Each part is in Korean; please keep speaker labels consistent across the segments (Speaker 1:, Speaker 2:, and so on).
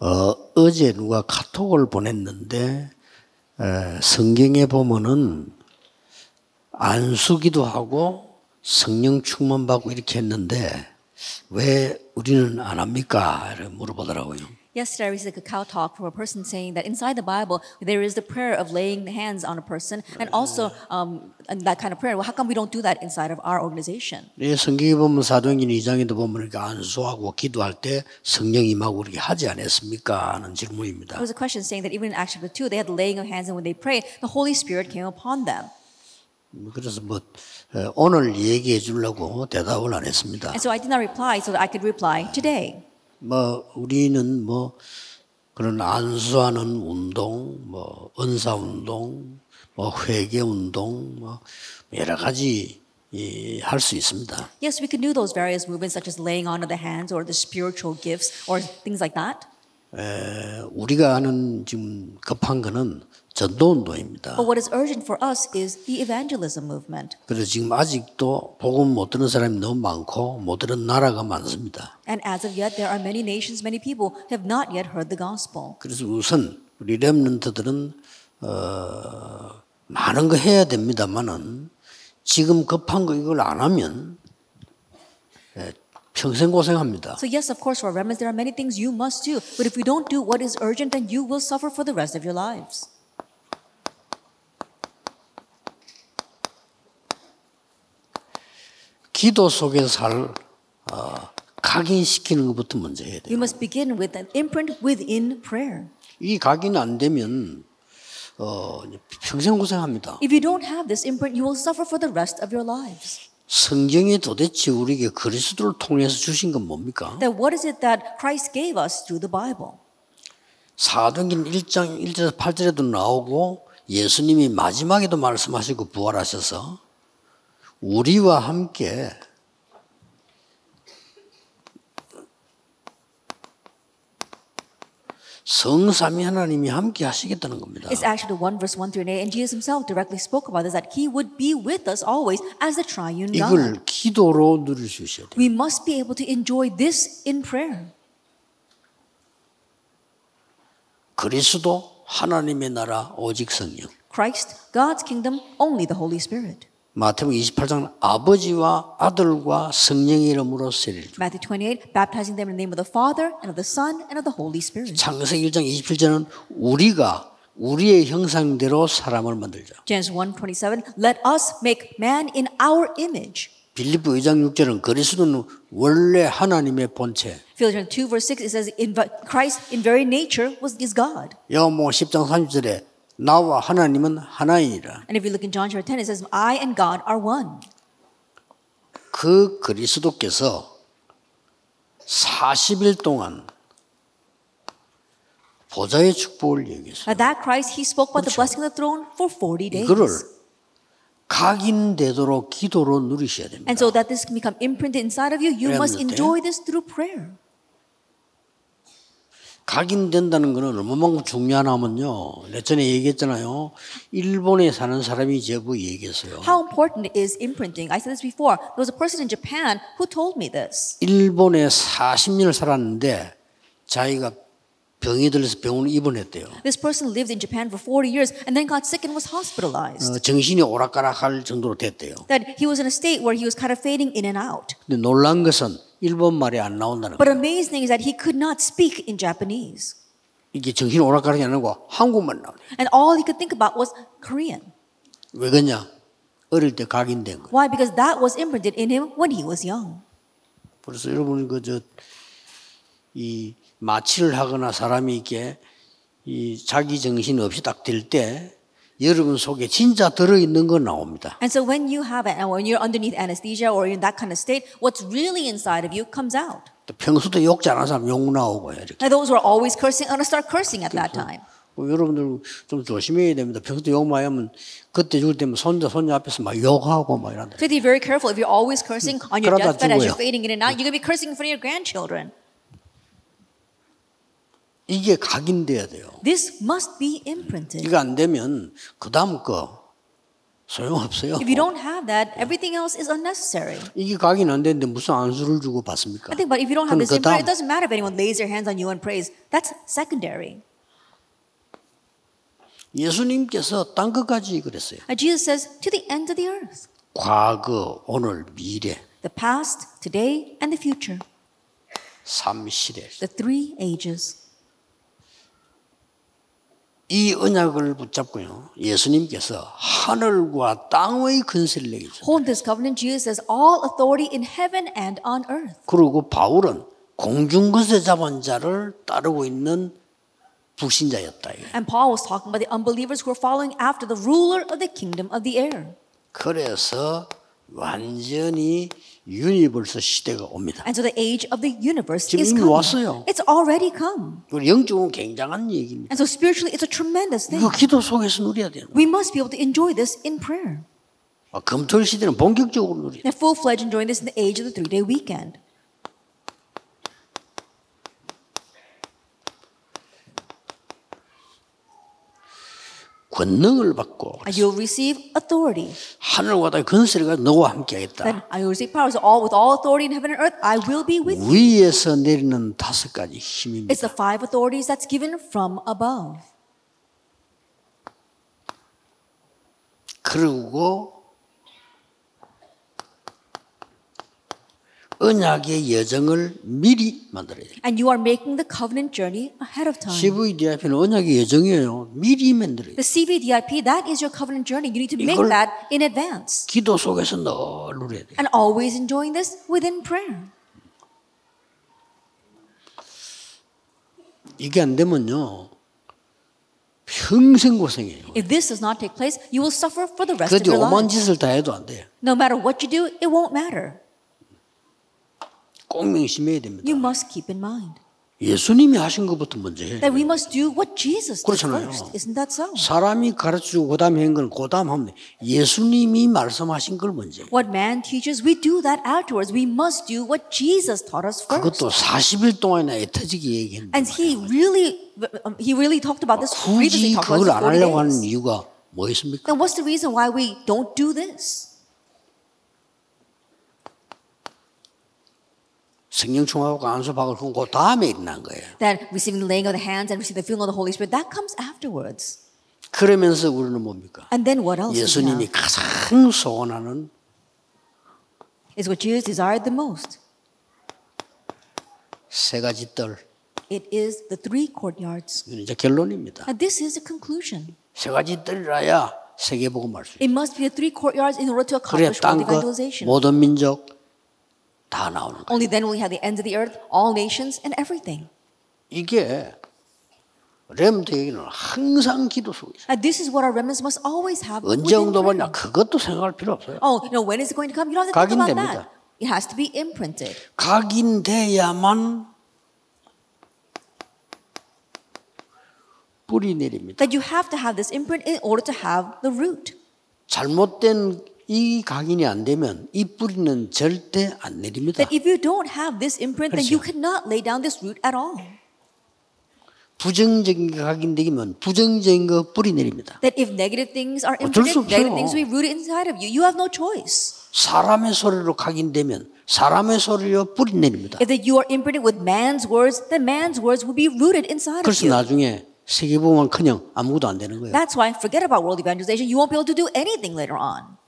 Speaker 1: 어, 어제 누가 카톡을 보냈는데 에, 성경에 보면은 안수기도 하고 성령 충만 받고 이렇게 했는데 왜 우리는 안 합니까? 이렇게 물어보더라고요.
Speaker 2: Yesterday, I received a cacao talk from a person saying that inside the Bible there is the prayer of laying hands on a person, and also um, and that kind of prayer. Well, how come we don't do that inside of our organization?
Speaker 1: 이 예, 성경에 보면 사도행전 2장에도 보면 이렇게 안수하고 기도할 때 성령 임하고 그렇게 하지 않았습니까? 하는
Speaker 2: There
Speaker 1: 질문입니다.
Speaker 2: was a question saying that even in Acts chapter two, they had the laying of hands, and when they prayed, the Holy Spirit came upon them.
Speaker 1: 그래서 뭐 에, 오늘 얘기해 주려고 대답을 안 했습니다.
Speaker 2: And so I did not reply, so that I could reply today.
Speaker 1: 뭐 우리는 뭐 그런 안수하는 운동, 뭐 은사 운동, 뭐 회개 운동, 뭐 여러 가지 할 수 있습니다.
Speaker 2: Yes, we could do those various movements, such as laying on of the hands or the spiritual gifts or things like that.
Speaker 1: 에, 예, 우리가 하는 지금 급한 거는 전도 운동입니다.
Speaker 2: But what is urgent for us is the evangelism movement.
Speaker 1: 그래서 지금 아직도 복음 못 들은 사람이 너무 많고 못 들은 나라가 많습니다.
Speaker 2: And as of yet, there are many nations, many people who have not yet heard the gospel.
Speaker 1: 그래서 우선 우리 렘런트들은 어, 많은 거 해야 됩니다만은 지금 급한 거 이걸 안 하면 예, 평생 고생합니다.
Speaker 2: So, yes, of course, for our remnants, there are many things you must do. But if you don't do what is urgent, then you will suffer for the rest of your lives.
Speaker 1: 기도 속에 살 어, 각인시키는 것부터 먼저 해야 돼요.
Speaker 2: You must begin with an imprint within prayer.
Speaker 1: 이 각인 안 되면 어, 이제 평생 고생합니다.
Speaker 2: If you don't have this imprint, you will suffer for the rest of your lives.
Speaker 1: 성경이 도대체 우리에게 그리스도를 통해서 주신 건 뭡니까?
Speaker 2: Then, what is it that Christ gave us through the Bible?
Speaker 1: 사도행전 1장 1절에서 8절에도 나오고 예수님이 마지막에도 말씀하시고 부활하셔서 우리와 함께 성삼위 하나님이 함께 하시겠다는 겁니다.
Speaker 2: It's actually 1 verse 1 through 8, and Jesus himself directly spoke about this that he would be with us always as the triune God.
Speaker 1: 이걸 기도로 누릴 수 있어야 돼요.
Speaker 2: We must be able to enjoy this in prayer.
Speaker 1: 그리스도 하나님의 나라 오직 성령.
Speaker 2: Christ, God's kingdom, only the Holy Spirit.
Speaker 1: 마태복음 28장 아버지와 아들과 성령의 이름으로 세례를 주.
Speaker 2: Matthew 28, baptizing them in the name of the Father, and of the Son, and of the Holy Spirit.
Speaker 1: 창세기 1장 27절은 우리가 우리의 형상대로 사람을 만들자.
Speaker 2: Genesis 1 27, let us make man in our image.
Speaker 1: 빌립보 2장 6절은 그리스도는 원래 하나님의 본체.
Speaker 2: Philippians 2 verse 6, it says, in, Christ in very nature was is God.
Speaker 1: 여모 10장 30절에 나와 하나님은 하나이니라.
Speaker 2: And if you look in John chapter 10, it says, I and God are one.
Speaker 1: 그 그리스도께서 40일 동안 보좌의 축복을 얘기했어요.
Speaker 2: At that Christ, he spoke about the blessing of the throne for 40 days.
Speaker 1: 이거를 각인되도록 기도로 누리셔야 됩니다.
Speaker 2: And so that this can become imprinted inside of you, you must
Speaker 1: 그랬는데.
Speaker 2: enjoy this through prayer.
Speaker 1: 각인된다는 것은 얼마만큼 중요하냐면요. 내 전에 얘기했잖아요. 일본에 사는 사람이 제부 얘기했어요.
Speaker 2: How important is imprinting? I said this before. There was a person in Japan who told me this.
Speaker 1: 일본에 40년을 살았는데 자기가 병이 들려서 병원에 입원했대요.
Speaker 2: This person lived in Japan for 40 years and then got sick and was hospitalized.
Speaker 1: 어, 정신이 오락가락할 정도로 됐대요.
Speaker 2: That he was in a state where he was kind of fading in and out.
Speaker 1: 근데 놀란 것은 일본 말이 안 나온다는
Speaker 2: But
Speaker 1: 거예요.
Speaker 2: amazing thing is that he could not speak in Japanese.
Speaker 1: 이게 정신 이 오락가락이 안 나고 한국만 나오네.
Speaker 2: And all he could think about was Korean.
Speaker 1: 왜 그러냐? 어릴 때 각인된 거예요.
Speaker 2: Why? Because that was imprinted in him when he was young.
Speaker 1: 그래서 여러분 그저이 마취를 하거나 사람이 이렇게 이 자기 정신 없이 딱 들 때 여러분 속에 진짜 들어 있는 거 나옵니다.
Speaker 2: And so when you have it, and when you're underneath anesthesia or in that kind of state, what's really inside of you comes out.
Speaker 1: 또 평소도 욕 잘하는 사람 욕 나오고 요 이렇게.
Speaker 2: Now those who are always cursing are gonna start cursing at that time.
Speaker 1: 뭐 여러분들 좀 조심해야 됩니다. 평소도 욕 많이 하면 그때 죽을 때면 손자 손녀 앞에서 막 욕하고 막 이런다.
Speaker 2: So be very careful if you're always cursing on your
Speaker 1: 그러다
Speaker 2: deathbed as you're
Speaker 1: 죽어요.
Speaker 2: fading in and out. You're gonna be cursing in front of your grandchildren.
Speaker 1: 이게 각인돼야 돼요.
Speaker 2: This must be imprinted.
Speaker 1: 이거 안 되면 그 다음 거 소용없어요.
Speaker 2: If you don't have that, everything else is unnecessary.
Speaker 1: 이게 각인 안 되는데 무슨 안수를 주고 받습니까?
Speaker 2: I think, but if you don't have
Speaker 1: 그럼 그
Speaker 2: this prayer,
Speaker 1: 다음
Speaker 2: it doesn't matter if anyone lays their hands on you and prays. That's secondary.
Speaker 1: 예수님께서 딴 것까지 그랬어요.
Speaker 2: And Jesus says, to the end of the earth,
Speaker 1: 과거, 오늘, 미래,
Speaker 2: the past, today, and the future,
Speaker 1: 삼시대.
Speaker 2: the three ages.
Speaker 1: 이 언약을 붙잡고요. 예수님께서 하늘과 땅의 근세를 내기죠.
Speaker 2: Hold this covenant, Jesus says, all authority in heaven and on earth.
Speaker 1: 그리고 바울은 공중 근세 잡은 자를 따르고 있는 불신자였다. 이게.
Speaker 2: And Paul was talking about the unbelievers who are following after the ruler of the kingdom of the air.
Speaker 1: 그래서 완전히 유니버스 시대가 옵니다.
Speaker 2: And so the age of the universe
Speaker 1: 지금
Speaker 2: is
Speaker 1: 이미
Speaker 2: coming.
Speaker 1: 왔어요.
Speaker 2: It's already come.
Speaker 1: 그리고 영적으로 굉장한 얘기입니다.
Speaker 2: And so spiritually, it's a tremendous thing.
Speaker 1: 이거 기도 속에서 누려야 되는 거예요.
Speaker 2: We must be able to enjoy this in prayer.
Speaker 1: 아, 금토일 시대는 본격적으로 누려야 돼요.
Speaker 2: And full fledged enjoying this in the age of the three day weekend.
Speaker 1: 권능을 받고
Speaker 2: And you'll receive authority.
Speaker 1: 하늘과 땅의 근세를 가지고 너와 함께 하겠다.
Speaker 2: Then I will receive power. So all with all authority in heaven and earth, I will be with you.
Speaker 1: 위에서 내리는 다섯 가지 힘입니다.
Speaker 2: It's the five authorities that's given from above.
Speaker 1: 그리고 언약의 여정을 미리 만들어야 돼요.
Speaker 2: And you are making the covenant journey ahead of time.
Speaker 1: CVDIP는 언약의 여정이에요. 미리 만들어야
Speaker 2: The
Speaker 1: 돼요.
Speaker 2: CVDIP, that is your covenant journey. You need to make
Speaker 1: 이걸-
Speaker 2: that in advance.
Speaker 1: 기도 속에서 늘 누려야 돼요.
Speaker 2: And always enjoying this within prayer.
Speaker 1: 이게 안 되면요. 평생 고생해요.
Speaker 2: If this does not take place, you will suffer for the rest of
Speaker 1: 그래도
Speaker 2: your
Speaker 1: 오만
Speaker 2: life.
Speaker 1: 짓을 다 해도 안 돼요.
Speaker 2: No matter what you do, it won't matter.
Speaker 1: 꼭 명심해야 됩니다.
Speaker 2: You must keep in mind
Speaker 1: 예수님이 하신 것부터 먼저 해요.
Speaker 2: that we must do what Jesus did
Speaker 1: 그렇잖아요.
Speaker 2: first. Isn't that so?
Speaker 1: 사람이 가르치고 그다음에 한건 그다음 하면 돼. 예수님이 말씀하신 걸 먼저 해요.
Speaker 2: What man teaches, we do that afterwards. We must do what Jesus taught us first.
Speaker 1: 그것도 40일 동안이나 애터지게 얘기했는데
Speaker 2: And he really, um, he really talked about this.
Speaker 1: 굳이
Speaker 2: previously talked about
Speaker 1: 그걸
Speaker 2: this
Speaker 1: 안
Speaker 2: for 40
Speaker 1: 하려고 하는
Speaker 2: days.
Speaker 1: 이유가 뭐 있습니까?
Speaker 2: Then what's the reason why we don't do this?
Speaker 1: 성령 충만하고 안수박을 끊고 다음에 일어난 거예요.
Speaker 2: That receiving the laying of the hands and receiving the filling of the Holy Spirit, that comes afterwards.
Speaker 1: 그러면서 우리는 뭡니까?
Speaker 2: And then
Speaker 1: 아,
Speaker 2: what else? do we have?
Speaker 1: 예수님이 가장 소원하는
Speaker 2: Is what Jesus desired the most.
Speaker 1: 세 가지 뜰
Speaker 2: It is the three courtyards.
Speaker 1: 이건 이제 결론입니다.
Speaker 2: And this is the conclusion.
Speaker 1: 세 가지 뜰이라야 세계복음 할수 있어요.
Speaker 2: It must be the three courtyards in order to
Speaker 1: 예, 아, 그래야
Speaker 2: accomplish world
Speaker 1: 땅것
Speaker 2: evangelization.
Speaker 1: 모든 민족 다 나오는 거예요.
Speaker 2: Only then will we have the ends of the earth, all nations, and everything.
Speaker 1: 이게 렘드에게는 항상 기도 속에 있어요.
Speaker 2: And this is what our remnants must always have.
Speaker 1: 언제
Speaker 2: within prayer.
Speaker 1: 응답하냐 그것도 생각할 필요 없어요.
Speaker 2: Oh, you know, when is it going to come? You don't have to think about
Speaker 1: 각인됩니다.
Speaker 2: that. It has to be imprinted.
Speaker 1: 각인돼야만 뿌리 내립니다.
Speaker 2: That you have to have this imprint in order to have the root.
Speaker 1: 잘못된 이 각인이 안 되면 이 뿌리는 절대 안 내립니다.
Speaker 2: That if you don't have this imprint, then you cannot lay down this root at all.
Speaker 1: 부정적인 게 각인되면 부정적인 거 뿌리 내립니다.
Speaker 2: That if negative things are
Speaker 1: 어쩔 수
Speaker 2: imprinted, negative
Speaker 1: 없어요.
Speaker 2: things will be rooted inside of you. You have no choice.
Speaker 1: 사람의 소리로 각인되면 사람의 소리로 뿌리 내립니다.
Speaker 2: If that you are imprinted with man's words, then man's words will be rooted inside of
Speaker 1: 그래서
Speaker 2: you.
Speaker 1: 나중에 세계보면 그냥 아무것도 안 되는 거예요.
Speaker 2: That's why forget about world evangelization. You won't be able to do anything later on.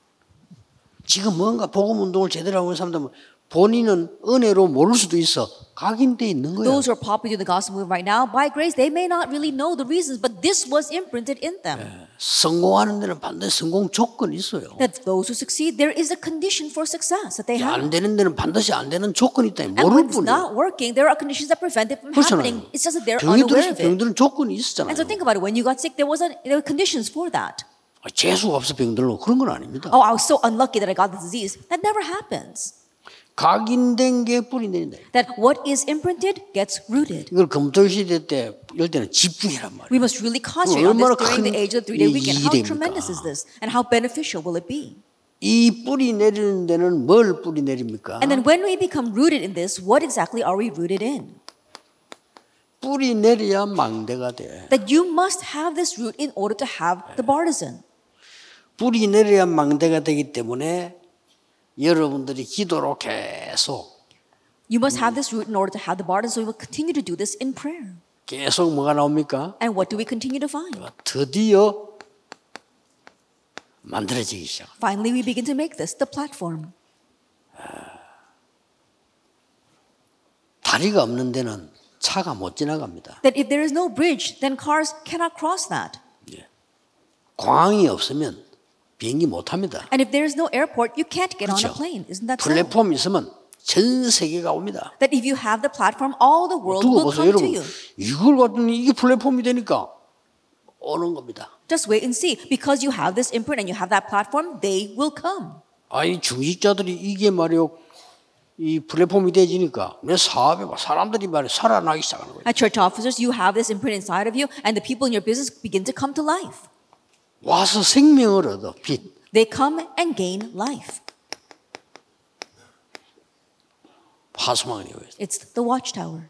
Speaker 1: 지금 뭔가 복음 운동을 제대로 하고 있는 사람들은 본인은 은혜로 모를 수도 있어. 각인돼 있는 거예요.
Speaker 2: Those who are popular in the gospel movement right now, by grace, they may not really know the reasons, but this was imprinted in them.
Speaker 1: 성공하는 데는 반드시 성공 조건이 있어요.
Speaker 2: That those who succeed, there is a condition for success that they have.
Speaker 1: 안 되는 데는 반드시 안 되는 조건이 있다.
Speaker 2: And
Speaker 1: 모를
Speaker 2: when it's
Speaker 1: 뿐이에요.
Speaker 2: not working, there are conditions that prevent it from happening.
Speaker 1: 그렇잖아요.
Speaker 2: It's just that they're
Speaker 1: 병이
Speaker 2: unaware
Speaker 1: 들어서
Speaker 2: of it.
Speaker 1: 병들은 조건이
Speaker 2: And
Speaker 1: 있었잖아요.
Speaker 2: so think about it. When you got sick, there wasn't there were conditions for that.
Speaker 1: 아, 재수가 없어 병들고 그런 건 아닙니다.
Speaker 2: Oh, I was so unlucky that I got the disease. That never happens.
Speaker 1: 각인된 게 뿌리 내린다.
Speaker 2: That what is imprinted gets rooted.
Speaker 1: 이걸 검토 시대 때 이럴 때는 집중이란 말이에요.
Speaker 2: We must really concentrate on this
Speaker 1: 얼마나
Speaker 2: during the
Speaker 1: 큰
Speaker 2: age of the three-day weekend. How
Speaker 1: 일이
Speaker 2: tremendous
Speaker 1: 됩니까?
Speaker 2: is this? And how beneficial will it be?
Speaker 1: 이 뿌리 내리는 데는 뭘 뿌리 내립니까?
Speaker 2: And then when we become rooted in this, what exactly are we rooted in?
Speaker 1: 뿌리 내려야 망대가 돼.
Speaker 2: That you must have this root in order to have the bartizan.
Speaker 1: 뿌리 내려야 망대가 되기 때문에 여러분들이 기도로 계속
Speaker 2: You must
Speaker 1: Mm.
Speaker 2: have this root in order to have the barden, so we will continue to do this in prayer.
Speaker 1: 계속 뭐가 나옵니까?
Speaker 2: And what do we continue to find?
Speaker 1: 드디어 만들어지기 시작.
Speaker 2: Finally, we begin to make this the platform.
Speaker 1: 다리가 없는 데는 차가 못 지나갑니다.
Speaker 2: That if there is no bridge, then cars cannot cross that.
Speaker 1: 공항이 없으면 비행기 못 합니다.
Speaker 2: And if there is no airport, you can't get on a
Speaker 1: 그렇죠.
Speaker 2: plane. Isn't that so?
Speaker 1: 플랫폼 있으면 전 세계가 옵니다.
Speaker 2: That if you have the platform, all the world
Speaker 1: 두고
Speaker 2: will
Speaker 1: 보세요,
Speaker 2: come to
Speaker 1: 여러분.
Speaker 2: you.
Speaker 1: 이걸 갖더니 이게 플랫폼이 되니까 오는 겁니다.
Speaker 2: Just wait and see. Because you have this imprint and you have that platform, they will come.
Speaker 1: 아니 중직자들이 이게 말이요 이 플랫폼이 되지니까 내 사업에 막 사람들이 말이 살아나기 시작하는 거예요.
Speaker 2: At church officers, you have this imprint inside of you, and the people in your business begin to come to life.
Speaker 1: 와서 생명을 얻어 빛.
Speaker 2: They come and gain life.
Speaker 1: 파수망이에요.
Speaker 2: It's the watchtower.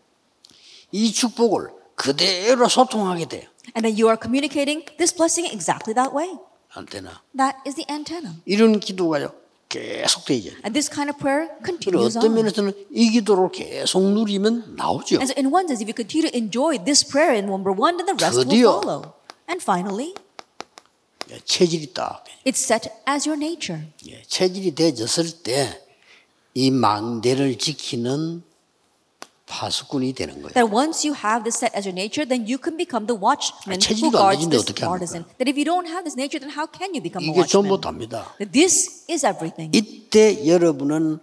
Speaker 1: 이 축복을 그대로 소통하게 돼요.
Speaker 2: And then you are communicating this blessing exactly that way.
Speaker 1: 안테나.
Speaker 2: That is the antenna.
Speaker 1: 이런 기도가요 계속 되죠.
Speaker 2: And this kind of prayer
Speaker 1: 그리고
Speaker 2: continues
Speaker 1: 어떤
Speaker 2: on.
Speaker 1: 면에서는 이 기도를 계속 누리면 나오죠.
Speaker 2: And so, in one sense, if you continue to enjoy this prayer in number one, then the rest
Speaker 1: 드디어.
Speaker 2: will follow. And finally,
Speaker 1: 예, 체질이 딱
Speaker 2: it's set as your nature.
Speaker 1: 예, 체질이 되어졌을 때 이 망대를 지키는 파수꾼이 되는 거예요.
Speaker 2: That once you have this set as your nature, then you can become the watchman
Speaker 1: 체질도
Speaker 2: who
Speaker 1: 안
Speaker 2: guards
Speaker 1: 되는데
Speaker 2: this
Speaker 1: 어떻게 합니까?
Speaker 2: partisan. That if you don't have this nature, then how can you become a
Speaker 1: 이게 전부
Speaker 2: watchman?
Speaker 1: 답니다.
Speaker 2: That this is everything.
Speaker 1: 이때 여러분은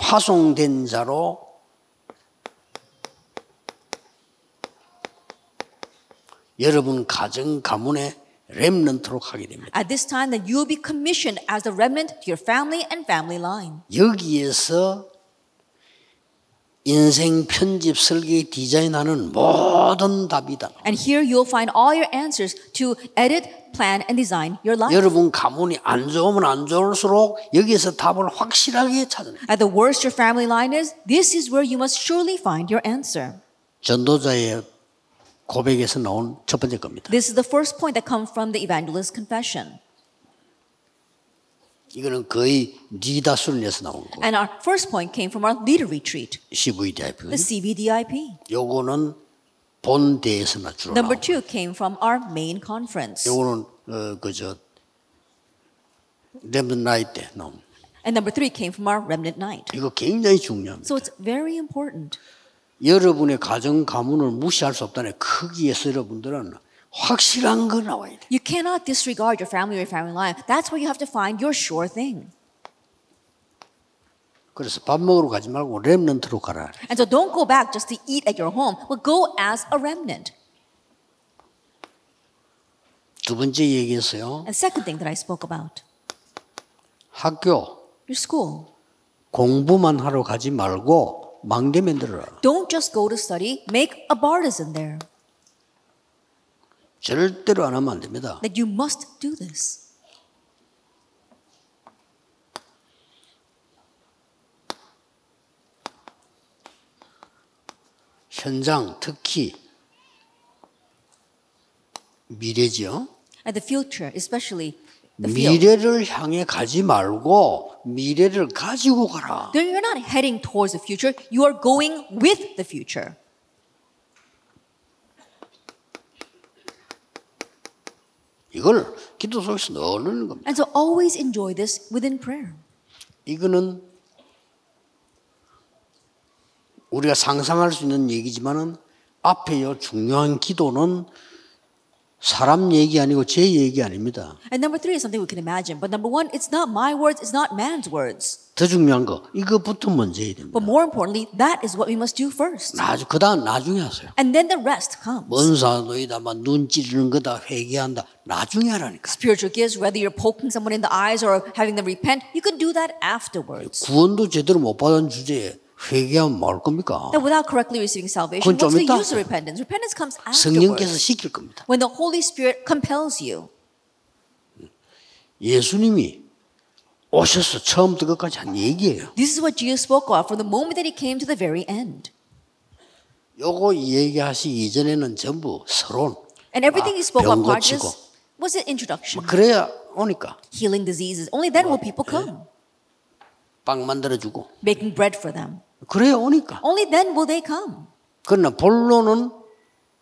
Speaker 1: 파송된 자로 여러분 가정 가문의 렘넌트로 가게 됩니다.
Speaker 2: At this time, then you will be commissioned as a remnant to your family and family line.
Speaker 1: 여기에서 인생 편집 설계 디자인하는 모든 답이다.
Speaker 2: And here you'll find all your answers to edit, plan, and design your life.
Speaker 1: 여러분 가문이 안 좋으면 안 좋을수록 여기에서 답을 확실하게 찾아내.
Speaker 2: At the worst your family line is, this is where you must surely find your answer.
Speaker 1: 전도자의 고백에서 나온 첫 번째 겁니다.
Speaker 2: This is the first point that comes from the evangelist's confession.
Speaker 1: 이거는 거의 니다순에서 나온 거.
Speaker 2: And our first point came from our leader retreat,
Speaker 1: CVDIP.
Speaker 2: the CBDIP.
Speaker 1: 요거는 본대에서나 주로
Speaker 2: Number
Speaker 1: 나오고.
Speaker 2: two came from our main conference.
Speaker 1: 요거는 어, 그저 렘든 나이 때 나온.
Speaker 2: And number three came from our remnant night.
Speaker 1: 이거 굉장히 중요합니다.
Speaker 2: So it's very important.
Speaker 1: 여러분의 가정 가문을 무시할 수 없다는 크기에서 여러분들은 확실한 거 나와야 돼.
Speaker 2: You cannot disregard your family or your family line. That's where you have to find your sure thing.
Speaker 1: 그래서 밥 먹으러 가지 말고 렘넌트로 가라.
Speaker 2: And so don't go back just to eat at your home, but go as a remnant.
Speaker 1: 두 번째 얘기했어요.
Speaker 2: And second thing that I spoke about
Speaker 1: 학교
Speaker 2: your school.
Speaker 1: 공부만 하러 가지 말고 망대 만들어라.
Speaker 2: Don't just go to study, make a bartizan there.
Speaker 1: 절대로 안 하면 안 됩니다.
Speaker 2: That you must do this.
Speaker 1: 현장 특히 미래죠.
Speaker 2: At the future, especially the field.
Speaker 1: 네, 미래를 향해 가지 말고 미래를 가지고 가라.
Speaker 2: Then you're not heading towards the future, you are going with the future.
Speaker 1: 이걸 기도 속에서 넣는 겁니다.
Speaker 2: And so always enjoy this within prayer.
Speaker 1: 이거는 우리가 상상할 수 있는 얘기지만은 앞에요 중요한 기도는 사람 얘기 아니고 제 얘기 아닙니다.
Speaker 2: And number three is something we can imagine. But number one, it's not my words, it's not man's words.
Speaker 1: 더 중요한 거 이거부터 먼저 해야 됩니다.
Speaker 2: But more importantly, that is what we must do first.
Speaker 1: 나중 그다음 나중에 하세요.
Speaker 2: And then the rest comes.
Speaker 1: 먼사노이다, 막눈 찌르는 거다, 회개한다. 나중에 하라니까.
Speaker 2: Spiritual gifts, whether you're poking someone in the eyes or having them repent, you can do that afterwards.
Speaker 1: 구원도 제대로 못 받은 주제에 회개하면 뭘 겁니까?
Speaker 2: That without correctly receiving salvation,
Speaker 1: 그건 좀
Speaker 2: what's the
Speaker 1: 이따
Speaker 2: use of repentance? Repentance comes
Speaker 1: 성령께서
Speaker 2: afterwards.
Speaker 1: 시킬 겁니다.
Speaker 2: When the Holy Spirit compels you.
Speaker 1: 예수님이 오셔서 처음부터 끝까지 한 얘기예요.
Speaker 2: This is what Jesus spoke of from the moment that he came to the very end.
Speaker 1: 요거 얘기하시기 이전에는 전부 서론.
Speaker 2: And
Speaker 1: 아,
Speaker 2: everything he spoke
Speaker 1: 병
Speaker 2: about prior to
Speaker 1: 고치고.
Speaker 2: this What's the introduction?
Speaker 1: 뭐 그래야 오니까
Speaker 2: Healing diseases. Only then will people come.
Speaker 1: 빵 만들어주고
Speaker 2: Making bread for them.
Speaker 1: 그래야 오니까
Speaker 2: Only then will they come.
Speaker 1: 그러나 본론은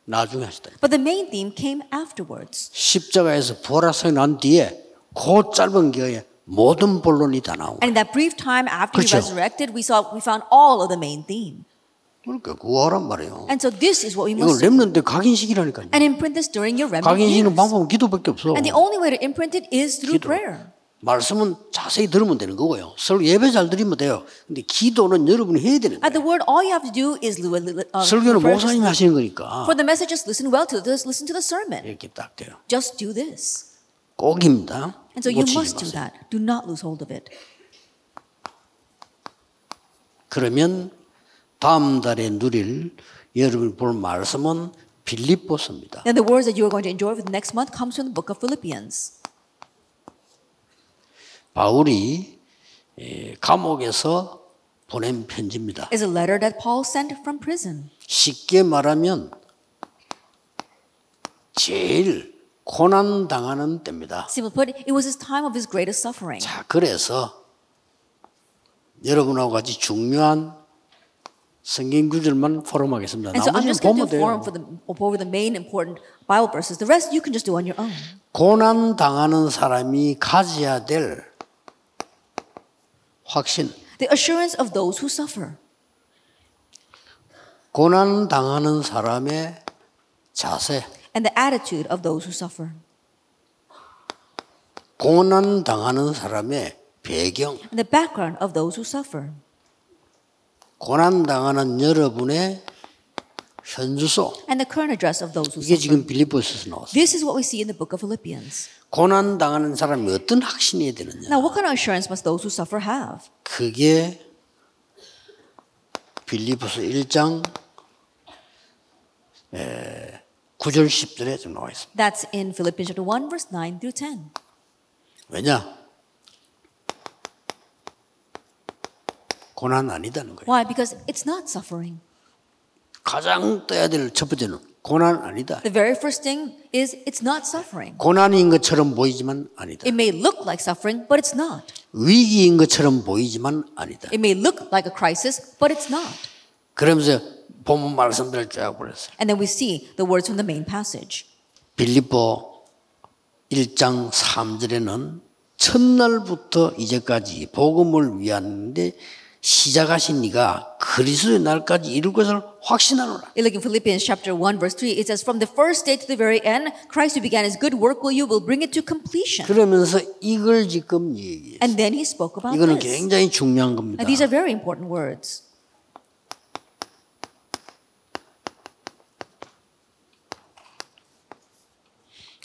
Speaker 1: 나중에 하시다
Speaker 2: But the main theme came afterwards.
Speaker 1: 십자가에서 보라성이 난 뒤에 그 짧은 기회에 모든 본론이 다 나온 거예요
Speaker 2: And in that brief time after he
Speaker 1: 그렇죠.
Speaker 2: resurrected, we saw we found all of the main theme.
Speaker 1: 그러니까 구하란 말이에요
Speaker 2: And so this is what we
Speaker 1: 이건
Speaker 2: must do.
Speaker 1: 렘넌트 각인식이라니까요
Speaker 2: And imprint this during your remnant years.
Speaker 1: 각인식은 방법은 기도밖에 없어
Speaker 2: And the only way to imprint it is through
Speaker 1: 기도.
Speaker 2: prayer.
Speaker 1: 말씀은 자세히 들으면 되는 거고요 서로 예배 잘 드리면 돼요 근데 기도는 여러분이 해야 되는 거예요
Speaker 2: At the word, all you have to do is li- li- li- uh,
Speaker 1: 설교는
Speaker 2: prayer.
Speaker 1: 목사님이 아, 네. 하시는 거니까
Speaker 2: for the message, just listen well to this, listen to the sermon.
Speaker 1: 이렇게 딱 돼요
Speaker 2: Just do this.
Speaker 1: 꼭입니다
Speaker 2: And so you
Speaker 1: 놓치지
Speaker 2: must do
Speaker 1: 마세요.
Speaker 2: that. Do not lose hold of it.
Speaker 1: 그러면 다음 달에 누릴 여러분이 볼 말씀은 빌립보서입니다.
Speaker 2: Then the words that you are going to enjoy for the next month comes from the book of Philippians.
Speaker 1: 바울이 예, 감옥에서 보낸 편지입니다.
Speaker 2: It's a letter that Paul sent from prison.
Speaker 1: 쉽게 말하면 제일 고난 당하는 때입니다.
Speaker 2: Simply put, it was his time of his greatest suffering.
Speaker 1: 자, 그래서 여러분하고 같이 중요한 성경 구절만 포럼하겠습니다.
Speaker 2: And so I'm
Speaker 1: 나머지는
Speaker 2: just going to
Speaker 1: 보면
Speaker 2: do a forum
Speaker 1: 돼요.
Speaker 2: for the, over the main important Bible verses. The rest you can just do on your own.
Speaker 1: 고난 당하는 사람이 가져야 될 확신.
Speaker 2: The assurance of those who suffer.
Speaker 1: 고난 당하는 사람의 자세,
Speaker 2: and the attitude of those who suffer,
Speaker 1: 고난 당하는 사람의 배경,
Speaker 2: and the background of those who suffer,
Speaker 1: 고난 당하는 여러분의 현주소.
Speaker 2: and the current address of those who
Speaker 1: 이게
Speaker 2: suffer.
Speaker 1: 지금 빌립보서에서 나왔어요.
Speaker 2: This is what we see in the book of Philippians.
Speaker 1: 고난 당하는 사람이 어떤 확신이 되느냐?
Speaker 2: Now, what kind of assurance must those who suffer have?
Speaker 1: 그게 빌립보서 1장 에, 9절 10절에 좀 나와 있습니다.
Speaker 2: That's in Philippians chapter 1, verse 9 through 10.
Speaker 1: 왜냐? 고난 아니다는 거예요.
Speaker 2: Why? Because it's not suffering.
Speaker 1: 가장 떠야 될 첫 번째는 고난 아니다.
Speaker 2: The very first thing is it's not suffering.
Speaker 1: 고난인 것처럼 보이지만 아니다.
Speaker 2: It may look like suffering, but it's not.
Speaker 1: 위기인 것처럼 보이지만 아니다.
Speaker 2: It may look like a crisis, but it's not.
Speaker 1: 그러면서 본문 말씀들을 쫙 보냈어요.
Speaker 2: And then we see the words from the main passage.
Speaker 1: 빌립보 1장 3절에는 첫날부터 이제까지 복음을 위하는데 시작하신 이가 그리스도의 날까지 이룰 것을 확신하노라.
Speaker 2: You Look in Philippians chapter 1 verse 3 it says from the first day to the very end Christ who began his good work will you will bring it to completion.
Speaker 1: 그러면서 이걸 지금 얘기해요.
Speaker 2: And then he spoke about
Speaker 1: 이거는
Speaker 2: this.
Speaker 1: 굉장히 중요한 겁니다.
Speaker 2: And these are very important words.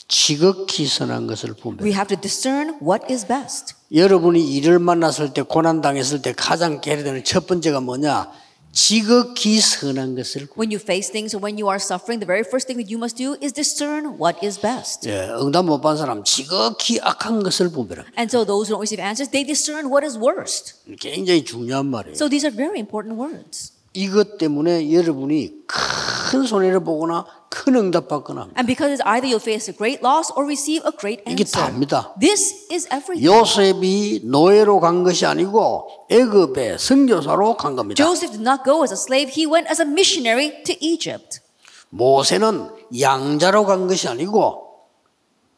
Speaker 1: 지극히 선한 것을 분별해.
Speaker 2: We have to discern what is best.
Speaker 1: 여러분이 이를 만났을 때 고난 당했을 때 가장 깨려되는 첫 번째가 뭐냐? 지극히 선한 것을 구-
Speaker 2: When you face things or when you are suffering the very first thing that you must do is discern what is best.
Speaker 1: 예, 응답 못 받은 사람 지극히 악한 것을 분별합니다.
Speaker 2: And so those who don't receive answers they discern what is worst.
Speaker 1: 굉장히 중요한 말이에요.
Speaker 2: So these are very important words.
Speaker 1: 이것 때문에 여러분이 큰 손해를 보거나 큰 응답 받거나 합니다.
Speaker 2: And because it's either you'll face a great loss or receive a great
Speaker 1: 이게
Speaker 2: answer.
Speaker 1: 다입니다.
Speaker 2: This is everything.
Speaker 1: 요셉이 노예로 간 것이 아니고 애굽의 선교사로 간 겁니다.
Speaker 2: Joseph did not go as a slave, he went as a missionary to Egypt.
Speaker 1: 모세는 양자로 간 것이 아니고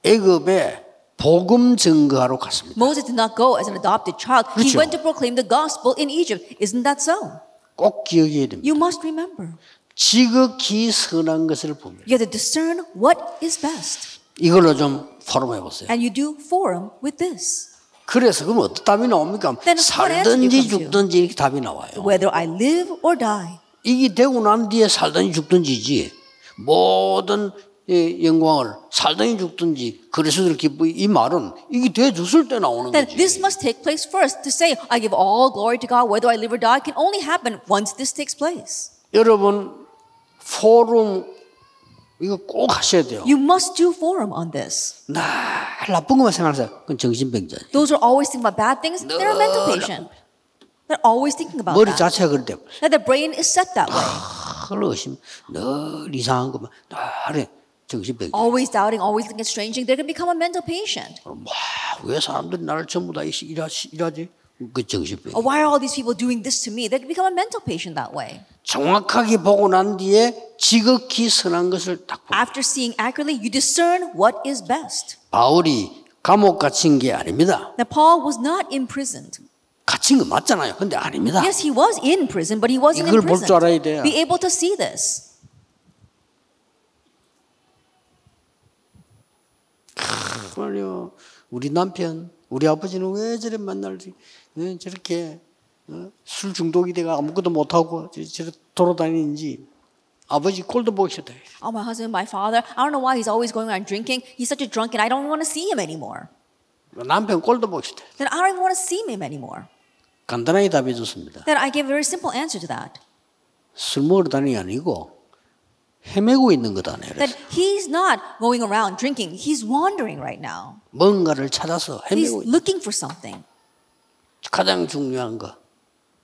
Speaker 1: 애굽의 복음 증거하러 갔습니다.
Speaker 2: Moses did not go as an adopted child, he
Speaker 1: 그렇죠.
Speaker 2: went to proclaim the gospel in Egypt. Isn't that so?
Speaker 1: 꼭 기억해야 됩니다.
Speaker 2: You must remember.
Speaker 1: 지극히 선한 것을 보면
Speaker 2: You have to discern what is best.
Speaker 1: 이걸로 좀 포럼해 보세요.
Speaker 2: And you do forum with this.
Speaker 1: 그래서 그럼 어떤 답이 나옵니까?
Speaker 2: Then what answer you
Speaker 1: 살든지
Speaker 2: come to?
Speaker 1: 죽든지 이렇게 답이 나와요.
Speaker 2: Whether I live or die.
Speaker 1: 이게 되고 난 뒤에 살든지 죽든지지 모든 이 영광을 살든지 죽든지 그리스도를 기쁘이 이 말은 이게 돼줬을 때 나오는
Speaker 2: Then this
Speaker 1: 거지.
Speaker 2: must take place first. To say, I give all glory to God, whether I live or die, can only happen once this takes place.
Speaker 1: 여러분 포럼 이거 꼭 하셔야 돼요.
Speaker 2: You must do forum on this.
Speaker 1: 날 나쁜 것만 생각하세요. 그건 정신병자예요.
Speaker 2: Those who are always thinking about bad things, they're a mental
Speaker 1: No.
Speaker 2: patient. They're always thinking about
Speaker 1: 머리
Speaker 2: that.
Speaker 1: 자체가 그렇대요.
Speaker 2: that the brain is set that way.
Speaker 1: 늘 의심, 늘 이상한 것만, 늘 정신병이.
Speaker 2: always doubting, always looking at strange, they're going to become a mental patient.
Speaker 1: 어, 뭐, 왜 사람들이 나를 전부 다 이씨 일하, 일하지? 그 정신병.
Speaker 2: Or Oh, why are all these people doing this to me? They become a mental patient that way.
Speaker 1: 정확하게 보고 난 뒤에 지극히 선한 것을 딱 보.
Speaker 2: After seeing accurately, you discern what is best.
Speaker 1: 바울이 감옥 갇힌 게 아닙니다.
Speaker 2: Now, Paul was not imprisoned.
Speaker 1: 갇힌 거 맞잖아요. 근데 아닙니다.
Speaker 2: Yes, he was in prison, but he wasn't
Speaker 1: 이걸
Speaker 2: in
Speaker 1: 볼줄
Speaker 2: prison.
Speaker 1: 알아야 돼요.
Speaker 2: Be able to see this.
Speaker 1: 그러요 우리 남편, 우리 아버지는 왜 저래 만날 지- 왜 저렇게 어? 술 중독이 돼가 아무것도 못 하고 저래 돌아다니는지 아버지 꼴도 보기 싫다.
Speaker 2: Oh, my husband, my father, I don't know why he's always going around drinking. He's such a drunk, and I don't want to see him anymore.
Speaker 1: 남편 꼴도 보기 싫다.
Speaker 2: Then I don't even want to see him anymore.
Speaker 1: 간단하게 답해 줬습니다.
Speaker 2: Then I gave a very simple answer to that.
Speaker 1: 술 먹으러 다니는 게 아니고 헤매고 있는 거다네. 그래서
Speaker 2: That he's not going around drinking, he's wandering right now.
Speaker 1: 뭔가를 찾아서
Speaker 2: He's
Speaker 1: 헤매고 있는
Speaker 2: looking for something.
Speaker 1: 가장 중요한 거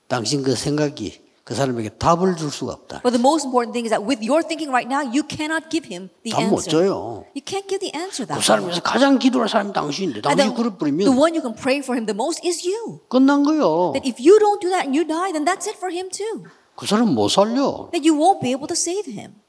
Speaker 1: 당신 그 생각이 그 사람에게 답을 줄 수가 없다.
Speaker 2: But the most important thing is that with your thinking right now, you cannot give him the
Speaker 1: 답 못
Speaker 2: answer.
Speaker 1: 줘요.
Speaker 2: You can't give the answer
Speaker 1: 그
Speaker 2: that way.
Speaker 1: 사람에서 가장 기도할 사람이 당신인데
Speaker 2: And
Speaker 1: 당신
Speaker 2: the-
Speaker 1: 그럴
Speaker 2: the
Speaker 1: 뿐이면
Speaker 2: one you can pray for him the most is you.
Speaker 1: 끝난 거요.
Speaker 2: That if you don't do that and you die, then that's it for him too.
Speaker 1: 그 사람 못 살려.
Speaker 2: That you won't be able to save him.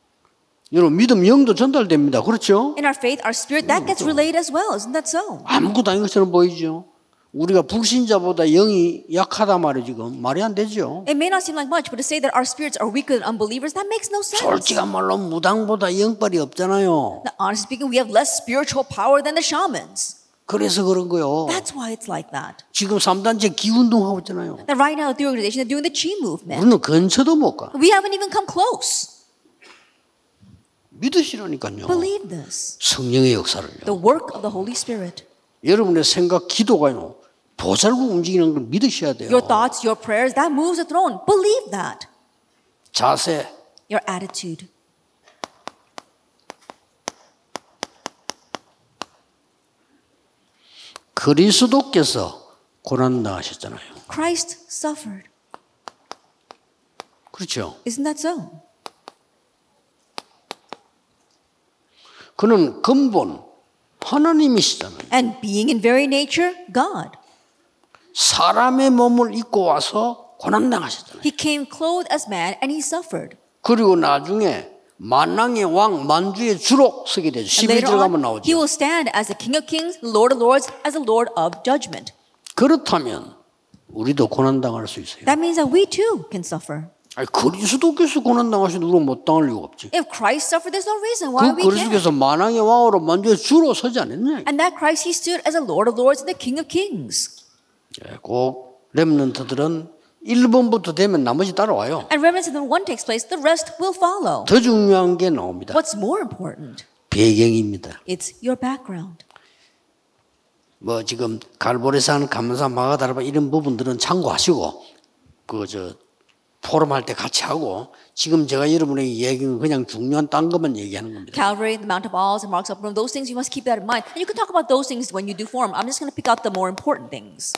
Speaker 1: 여러분 믿음 영도 전달됩니다. 그렇죠?
Speaker 2: In our faith, our spirit, that gets relayed as well. Isn't that so?
Speaker 1: 아무것도 아닌 것처럼 보이죠. 우리가 불신자보다 영이 약하다 말이 지금 말이 안 되죠.
Speaker 2: It may not seem like much, but to say that our spirits are weaker than unbelievers, that makes no sense.
Speaker 1: 솔직한 말로 무당보다 영빨이 없잖아요.
Speaker 2: Now, honestly speaking, we have less spiritual power than the shamans.
Speaker 1: 그래서 그런 거요.
Speaker 2: That's why it's like that.
Speaker 1: 지금 3단체 기운동 하고 있잖아요.
Speaker 2: That right now, the organization, they're doing the Chi movement.
Speaker 1: 우리는 근처도 못 가.
Speaker 2: We haven't even come close.
Speaker 1: 믿으시라니까요.
Speaker 2: Believe this.
Speaker 1: 성령의 역사를요.
Speaker 2: The work of the Holy Spirit.
Speaker 1: 여러분의 생각, 기도가요. 보살고 움직이는 걸 믿으셔야 돼요.
Speaker 2: Your thoughts, your prayers, that moves the throne. Believe that.
Speaker 1: 자세,
Speaker 2: Your attitude.
Speaker 1: 그리스도께서 고난 당하셨잖아요.
Speaker 2: Christ suffered.
Speaker 1: 그렇죠.
Speaker 2: Isn't that so?
Speaker 1: 그는 근본 하나님이시잖아요.
Speaker 2: And being in very nature, God.
Speaker 1: 사람의 몸을 입고 와서 고난 당하셨잖아요.
Speaker 2: He came clothed as man and he suffered.
Speaker 1: 그리고 나중에 만왕의 왕 만주의 주로 서게 되죠.
Speaker 2: And later
Speaker 1: 11절 가면
Speaker 2: on, he
Speaker 1: 나오죠.
Speaker 2: will stand as the King of Kings, Lord of Lords, as the Lord of Judgment.
Speaker 1: 그렇다면 우리도 고난 당할 수 있어요.
Speaker 2: That means that we too can suffer.
Speaker 1: 아니, 그리스도께서 고난 당하신 우리가 못 당할 이유가 없지.
Speaker 2: If Christ suffered, there's no reason why
Speaker 1: 그
Speaker 2: we can't.
Speaker 1: 그리스도께서 만왕의 왕으로 만주의 주로 서지 않았냐?
Speaker 2: And that Christ, he stood as the Lord of Lords and the King of Kings.
Speaker 1: 예, 꼭 렘넌트들은 1번부터 되면 나머지 따라와요.
Speaker 2: And remnants of the one takes place, the rest will follow.
Speaker 1: 더 중요한 게 나옵니다.
Speaker 2: What's more important?
Speaker 1: 배경입니다.
Speaker 2: It's your background.
Speaker 1: 뭐 지금 갈보리산, 감사, 마가다라바 이런 부분들은 참고하시고 그 저 포럼 할 때 같이 하고 지금 제가 여러분에게 얘기는 그냥 중요한 딴 것만 얘기하는 겁니다.
Speaker 2: Calvary, the Mount of Olives, and Mark's Upper Room, those things you must keep that in mind. And you can talk about those things when you do form. I'm just going to pick out the more important things.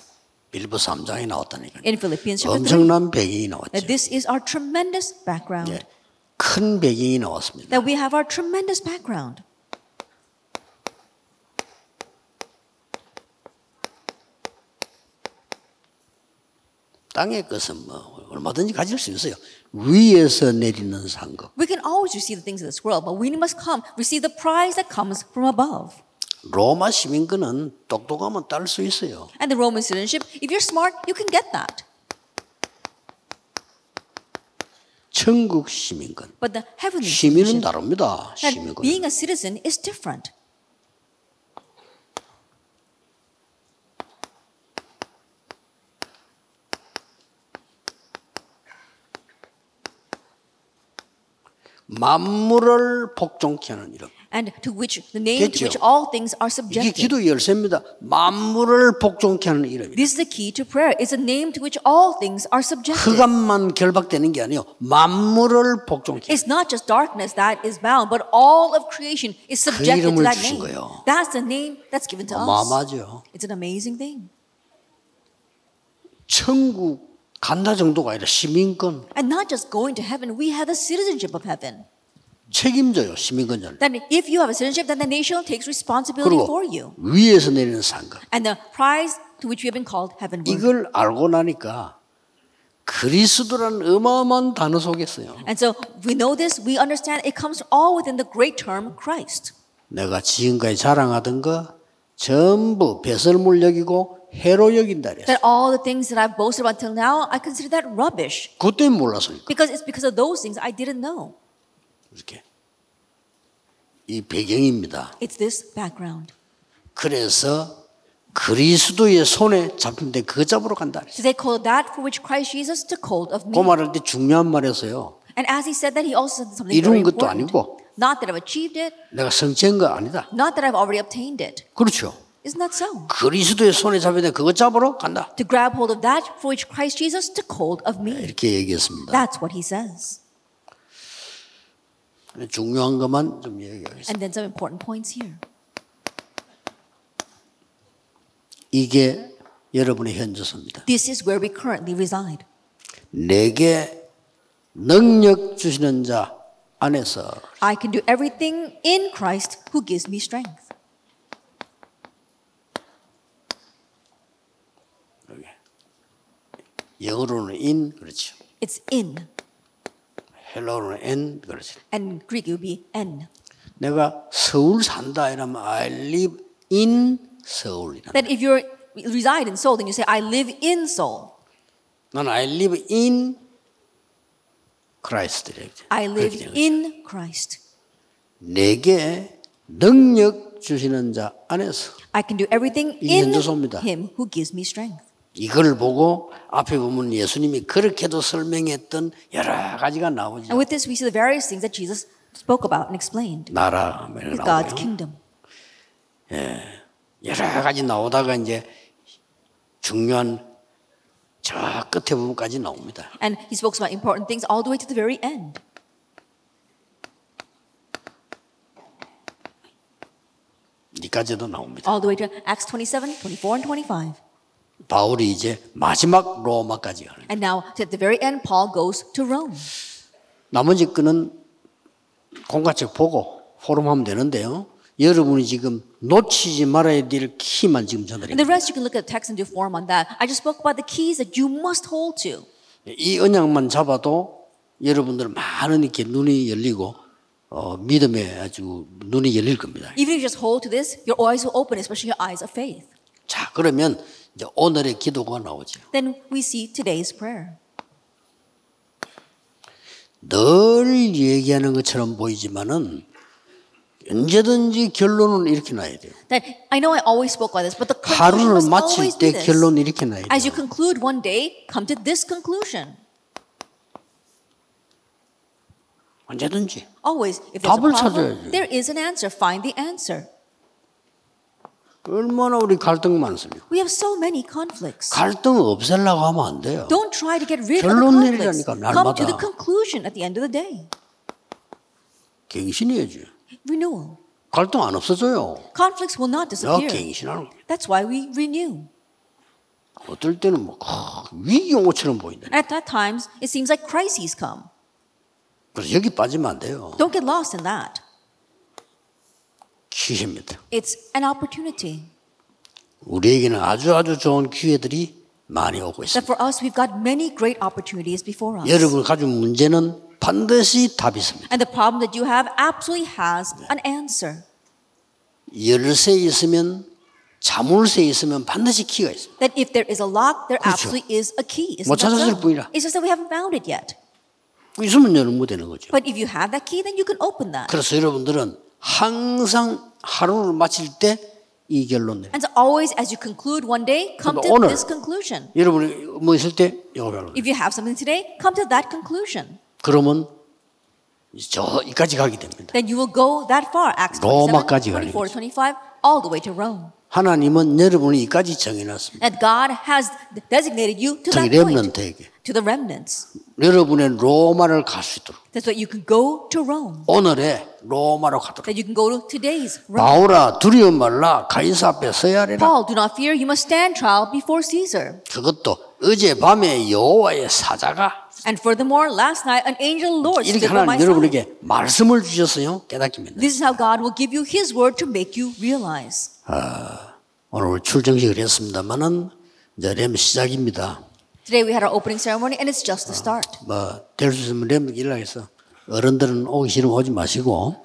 Speaker 1: 빌보 3장에 나왔다니까.
Speaker 2: In Philippians chapter 3,
Speaker 1: 엄청난 배경이
Speaker 2: that
Speaker 1: 나왔죠.
Speaker 2: this is our tremendous background.
Speaker 1: 예, 큰 배경이 나왔습니다.
Speaker 2: That we have our tremendous background.
Speaker 1: 땅의 것은 뭐 얼마든지 가질 수 있어요. 위에서 내리는 상급.
Speaker 2: We can always receive the things of this world, but we must come receive the prize that comes from above.
Speaker 1: 로마 시민권은 똑똑하면 딸 수 있어요.
Speaker 2: And the Roman citizenship, if you're smart, you can get that.
Speaker 1: 천국 시민권.
Speaker 2: But the heavenly
Speaker 1: 시민은
Speaker 2: citizenship,
Speaker 1: 다릅니다.
Speaker 2: that
Speaker 1: 시민권.
Speaker 2: being a citizen is different.
Speaker 1: 만물을 복종케 하는 이름.
Speaker 2: And to which the name
Speaker 1: Get
Speaker 2: to which
Speaker 1: you.
Speaker 2: all things
Speaker 1: 이게
Speaker 2: are subjected.
Speaker 1: 기도 열쇠입니다. 만물을 복종케 하는 이름이에요.
Speaker 2: This is the key to prayer. It's a name to which all things are subjected.
Speaker 1: 흑암만 결박되는 게 아니에요. 만물을 복종케. 하는.
Speaker 2: It's not just darkness that is bound, but all of creation is subjected to
Speaker 1: 이름을
Speaker 2: that
Speaker 1: 주신
Speaker 2: name.
Speaker 1: 거예요.
Speaker 2: That's the name that's given to us.
Speaker 1: 어마어마하죠.
Speaker 2: It's an amazing thing.
Speaker 1: 천국 간다 정도가 아니라 시민권.
Speaker 2: And not just going to heaven, we have the citizenship of heaven.
Speaker 1: 책임져요 시민권자를.
Speaker 2: Then if you have a citizenship, then the nation takes responsibility for you.
Speaker 1: 그리고 위에서 내리는 상급.
Speaker 2: And the prize to which you have been called heaven.
Speaker 1: 이걸 알고 나니까 그리스도라는 어마어마한 단어 속에서요.
Speaker 2: And so we know this, we understand it comes all within the great term Christ.
Speaker 1: 내가 지금까지 자랑하던 거 전부 배설물 여기고 해로 여긴다 그랬어.
Speaker 2: That all the things that I've boasted about till now, I consider that rubbish.
Speaker 1: 그때 몰랐으니까
Speaker 2: Because it's because of those things I didn't know.
Speaker 1: 이렇게 이 배경입니다.
Speaker 2: It's this background.
Speaker 1: 그래서 그리스도의 손에 잡힌데 그 잡으러 간다. 그랬어.
Speaker 2: So they call that for which Christ Jesus took hold of
Speaker 1: 그
Speaker 2: me.
Speaker 1: 말할 때 중요한 말에서요.
Speaker 2: And as he said that, he also said something
Speaker 1: 이룬
Speaker 2: very
Speaker 1: 것도
Speaker 2: important.
Speaker 1: 아니고.
Speaker 2: Not that I've achieved it,
Speaker 1: 내가 성취한 거 아니다.
Speaker 2: not that I've already obtained it.
Speaker 1: 그렇죠.
Speaker 2: Isn't that so?
Speaker 1: 그리스도의 손에 잡힌데 그거 잡으러 간다.
Speaker 2: To grab hold of that for which Christ Jesus took hold of me.
Speaker 1: 이렇게 얘기했습니다.
Speaker 2: That's what he says.
Speaker 1: 중요한 것만 좀 얘기하겠습니다.
Speaker 2: And then some important points here.
Speaker 1: 이게 여러분의 현저서입니다.
Speaker 2: This is where we currently reside.
Speaker 1: 내게 능력 주시는 자 안에서
Speaker 2: I can do everything in Christ who gives me strength.
Speaker 1: 영어로는 in 그렇죠.
Speaker 2: It's in,
Speaker 1: 헬로는 n 그렇죠.
Speaker 2: and Greek it would be en.
Speaker 1: 내가 서울 산다 이러면 I live in 서울이란.
Speaker 2: That if you are reside in Seoul, then you say, I live in Seoul.
Speaker 1: 난 I live in Christ 이렇게.
Speaker 2: I live
Speaker 1: 그렇게 되는 거죠.
Speaker 2: in Christ.
Speaker 1: 내게 능력 주시는 자 안에서
Speaker 2: I can do everything
Speaker 1: 이게
Speaker 2: in
Speaker 1: 현저소입니다.
Speaker 2: Him who gives me strength.
Speaker 1: 이걸 보고 앞에 보면 예수님이 그렇게도 설명했던 여러 가지가 나오죠.
Speaker 2: And with this, we see the various things that Jesus spoke about and explained.
Speaker 1: 나라 뭐
Speaker 2: It's
Speaker 1: 나오고요.
Speaker 2: God's kingdom.
Speaker 1: 여러 가지 나오다가 이제 중요한 저 끝에 부분까지 나옵니다.
Speaker 2: And He spoke about important things all the way to the very end.
Speaker 1: 이까지도 나옵니다.
Speaker 2: all the way to Acts 27, 24, and 25.
Speaker 1: 바울이 이제 마지막 로마까지 가는. 거예요.
Speaker 2: And now, at the very end, Paul goes to Rome.
Speaker 1: 나머지 거는 공과책 보고 포럼하면 되는데요. 여러분이 지금 놓치지 말아야 될 키만 지금
Speaker 2: And the
Speaker 1: 전달해요.
Speaker 2: rest, you can look at the text and do form on that. I just spoke about the keys that you must hold to.
Speaker 1: 이 언약만 잡아도 여러분들 많은 이렇게 눈이 열리고 어, 믿음에 아주 눈이 열릴 겁니다.
Speaker 2: Even if you just hold to this, your eyes will open, especially your eyes of faith.
Speaker 1: 자 그러면 이제 오늘의 기도가 나오죠.
Speaker 2: Then we see today's prayer.
Speaker 1: 늘 얘기하는 것처럼 보이지만은 언제든지 결론은 이렇게 나야 돼요.
Speaker 2: That I know I always spoke about this, but the conclusion
Speaker 1: 하루를
Speaker 2: must
Speaker 1: 마칠
Speaker 2: 그렇죠. always
Speaker 1: 때
Speaker 2: be this.
Speaker 1: 결론 이렇게 나야
Speaker 2: As you
Speaker 1: 돼요.
Speaker 2: conclude one day, come to this conclusion.
Speaker 1: 언제든지
Speaker 2: Always, if there's a
Speaker 1: 답을
Speaker 2: problem,
Speaker 1: 찾아야지.
Speaker 2: there is an answer. Find the answer.
Speaker 1: 얼마나 우리 갈등 많습니까?
Speaker 2: We have so many conflicts.
Speaker 1: 갈등 없애려고 하면 안 돼요.
Speaker 2: Don't try to get rid of the
Speaker 1: 결론
Speaker 2: conflicts.
Speaker 1: 내리라니까,
Speaker 2: Come
Speaker 1: 날마다.
Speaker 2: to the conclusion at the end of the day.
Speaker 1: 갱신해야지.
Speaker 2: Renewal.
Speaker 1: 갈등 안 없어져요.
Speaker 2: Conflicts will
Speaker 1: 야
Speaker 2: not disappear.
Speaker 1: 갱신하는 거야.
Speaker 2: That's why we renew.
Speaker 1: 어떨 때는 뭐 아, 위기용어처럼 보인다.
Speaker 2: And at that times, it seems like crises come.
Speaker 1: 그래서 여기 빠지면 안 돼요.
Speaker 2: Don't get lost in that.
Speaker 1: 기회입니다.
Speaker 2: It's an opportunity.
Speaker 1: 우리에게는 아주 아주 좋은 기회들이 많이 오고
Speaker 2: That
Speaker 1: 있습니다.
Speaker 2: for us, we've got many great opportunities before us.
Speaker 1: 여러분 가진 문제는 반드시 답이 있습니다.
Speaker 2: And the problem that you have absolutely has an answer.
Speaker 1: 열쇠 있으면 자물쇠 있으면 반드시 키가 있어요.
Speaker 2: That if there is a lock, there
Speaker 1: 그렇죠.
Speaker 2: absolutely is a key. Isn't
Speaker 1: 뭐
Speaker 2: that
Speaker 1: 찾았을
Speaker 2: so?
Speaker 1: 뿐이라.
Speaker 2: It's just that we haven't found it yet.
Speaker 1: 있으면 열면 못 되는 거죠.
Speaker 2: But if you have that key, then you can open that.
Speaker 1: 그래서 여러분들은 항상 하루를 마칠 때 이 결론 내요.
Speaker 2: And so always as you conclude one day, come
Speaker 1: But
Speaker 2: to
Speaker 1: honor.
Speaker 2: this conclusion.
Speaker 1: 여러분이 뭐 있을 때 이거 배우는 거예요.
Speaker 2: If you have something today, come to that conclusion.
Speaker 1: 그러면 저기까지 가게 됩니다.
Speaker 2: Then you will go that far. Acts 27,
Speaker 1: 로마까지 가는
Speaker 2: 24 to 25, all the way to Rome.
Speaker 1: 하나님은 여러분이 이까지 정해놨습니다.
Speaker 2: That God has designated you to
Speaker 1: 특히
Speaker 2: that point,
Speaker 1: 렘넌트에게
Speaker 2: to the remnants.
Speaker 1: 여러분의 로마를 갈 수 있도록
Speaker 2: That's what you can go to Rome.
Speaker 1: 오늘의 로마로 가도록
Speaker 2: That you can go to today's Rome.
Speaker 1: 바울아 두려움 말라 가이사 앞에 서야 하리라
Speaker 2: Paul, do not fear, you must stand trial before Caesar.
Speaker 1: 그것도 어젯밤에 여호와의 사자가
Speaker 2: And furthermore, last night an angel of the Lord
Speaker 1: 이렇게 네.
Speaker 2: stood by
Speaker 1: 하나님
Speaker 2: my side.
Speaker 1: 여러분에게 말씀을 주셨어요. 깨닫게 됩니다.
Speaker 2: This is how God will give you His word to make you realize.
Speaker 1: 오늘 뭐 출정식을 했습니다만은 이제 렘 시작입니다.
Speaker 2: Today we had our opening ceremony, and it's just the start.
Speaker 1: 뭐 될 수 있으면 렘 일락해서 어른들은 오기 싫으면 오지 마시고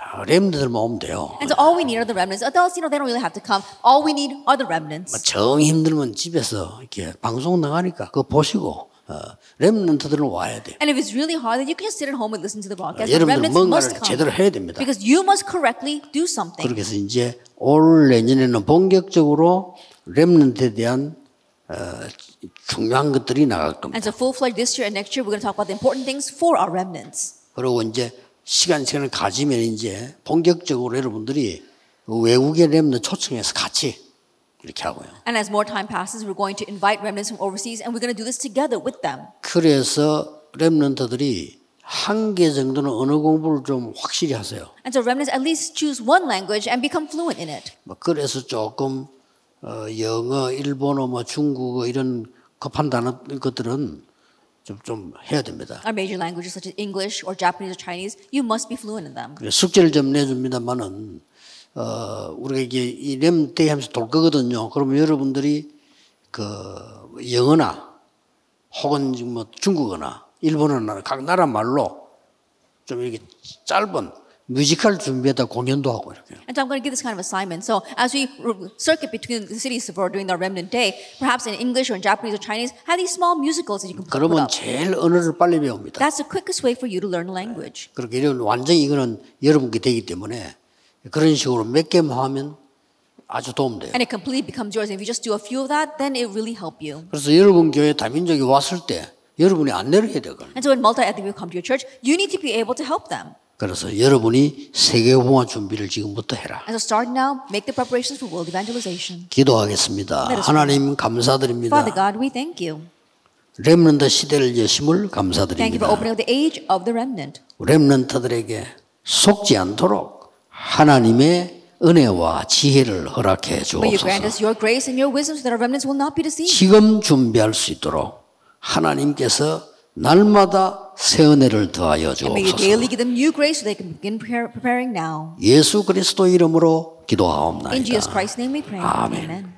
Speaker 1: 아, 렘들만 오면 돼요.
Speaker 2: And so all we need are the remnants. Adults, you know, they don't really have to come. All we need are the remnants.
Speaker 1: 뭐 정 힘들면 집에서 이렇게 방송 나가니까 그거 보시고 어, 렘런트들은 와야 돼요.
Speaker 2: And if it's really hard, then you can just sit at home and listen to the broadcast. The
Speaker 1: 여러분들
Speaker 2: remnants
Speaker 1: 뭔가를
Speaker 2: must
Speaker 1: 제대로
Speaker 2: come.
Speaker 1: 해야 됩니다.
Speaker 2: Because you must correctly do something.
Speaker 1: 그렇게 해서 이제 올 내년에는 본격적으로 렘런트에 대한 어, 중요한 것들이 나갈 겁니다.
Speaker 2: And so full fledged this year and next year, we're going to talk about the important things for our remnants.
Speaker 1: 그리고 이제 시간 시간을 가지면 이제 본격적으로 여러분들이 그 외국의 렘너 초청해서 같이 이렇게 하고요.
Speaker 2: And as more time passes, we're going to invite remnants from overseas, and we're going to do this together with them.
Speaker 1: 그래서 렘넌트들이 한 개 정도는 언어 공부를 좀 확실히 하세요.
Speaker 2: And so remnants at least choose one language and become fluent in it.
Speaker 1: 뭐 그래서 조금 어, 영어, 일본어, 뭐 중국어 이런 급한 단어 것들은 좀, 좀 해야 됩니다.
Speaker 2: Our major languages such as English or Japanese or Chinese, you must be fluent in them.
Speaker 1: 그래서 숙제를 좀 내줍니다만은 어, 우리가 이게 이렘때 하면서 돌 거거든요. 그러면 여러분들이 그 영어나 혹은 지금 뭐 중국어나 일본어나 각 나라 말로 좀 이렇게 짧은 뮤지컬 준비하다 공연도 하고 이렇게요.
Speaker 2: And so I'm going to give this kind of assignment. So as we r- circuit between the cities for during our remnant day, perhaps in English or in Japanese or Chinese, have these small musicals that you can put
Speaker 1: 그러면
Speaker 2: up.
Speaker 1: 제일 언어를 빨리 배웁니다.
Speaker 2: That's the quickest way for you to learn a language.
Speaker 1: 그렇게 이런 완전히 이거는 여러분께 되기 때문에 그런 식으로 몇 개만 하면 아주 도움돼요.
Speaker 2: And it completely becomes yours. If you just do a few of that, then it really help you.
Speaker 1: 그래서 여러분 교회 다민족이 왔을 때 여러분이 안내를 해야 되거든요.
Speaker 2: And so when multi-ethnic people come to your church, you need to be able to help them.
Speaker 1: 그래서 여러분이 세계공화 준비를 지금부터 해라.
Speaker 2: And so start now, make the preparations for world evangelization.
Speaker 1: 기도하겠습니다. 하나님
Speaker 2: 네, Father
Speaker 1: 감사드립니다.
Speaker 2: God, we thank you.
Speaker 1: 렘런트 시대를 여심을
Speaker 2: Thank you for
Speaker 1: 감사드립니다.
Speaker 2: opening up the age of the remnant.
Speaker 1: 렘런트들에게 속지 않도록 하나님의 은혜와 지혜를 허락해
Speaker 2: May you grant
Speaker 1: 주옵소서.
Speaker 2: us your grace and your wisdom so that our remnants will not be deceived.
Speaker 1: 지금 준비할 수 있도록 하나님께서 날마다 새 은혜를 더하여
Speaker 2: May you
Speaker 1: 주옵소서.
Speaker 2: daily give them new grace so they can begin prepare- preparing now.
Speaker 1: 예수 그리스도 이름으로
Speaker 2: In Jesus
Speaker 1: 기도하옵나이다.
Speaker 2: Christ's name we pray.
Speaker 1: Amen.
Speaker 2: Amen.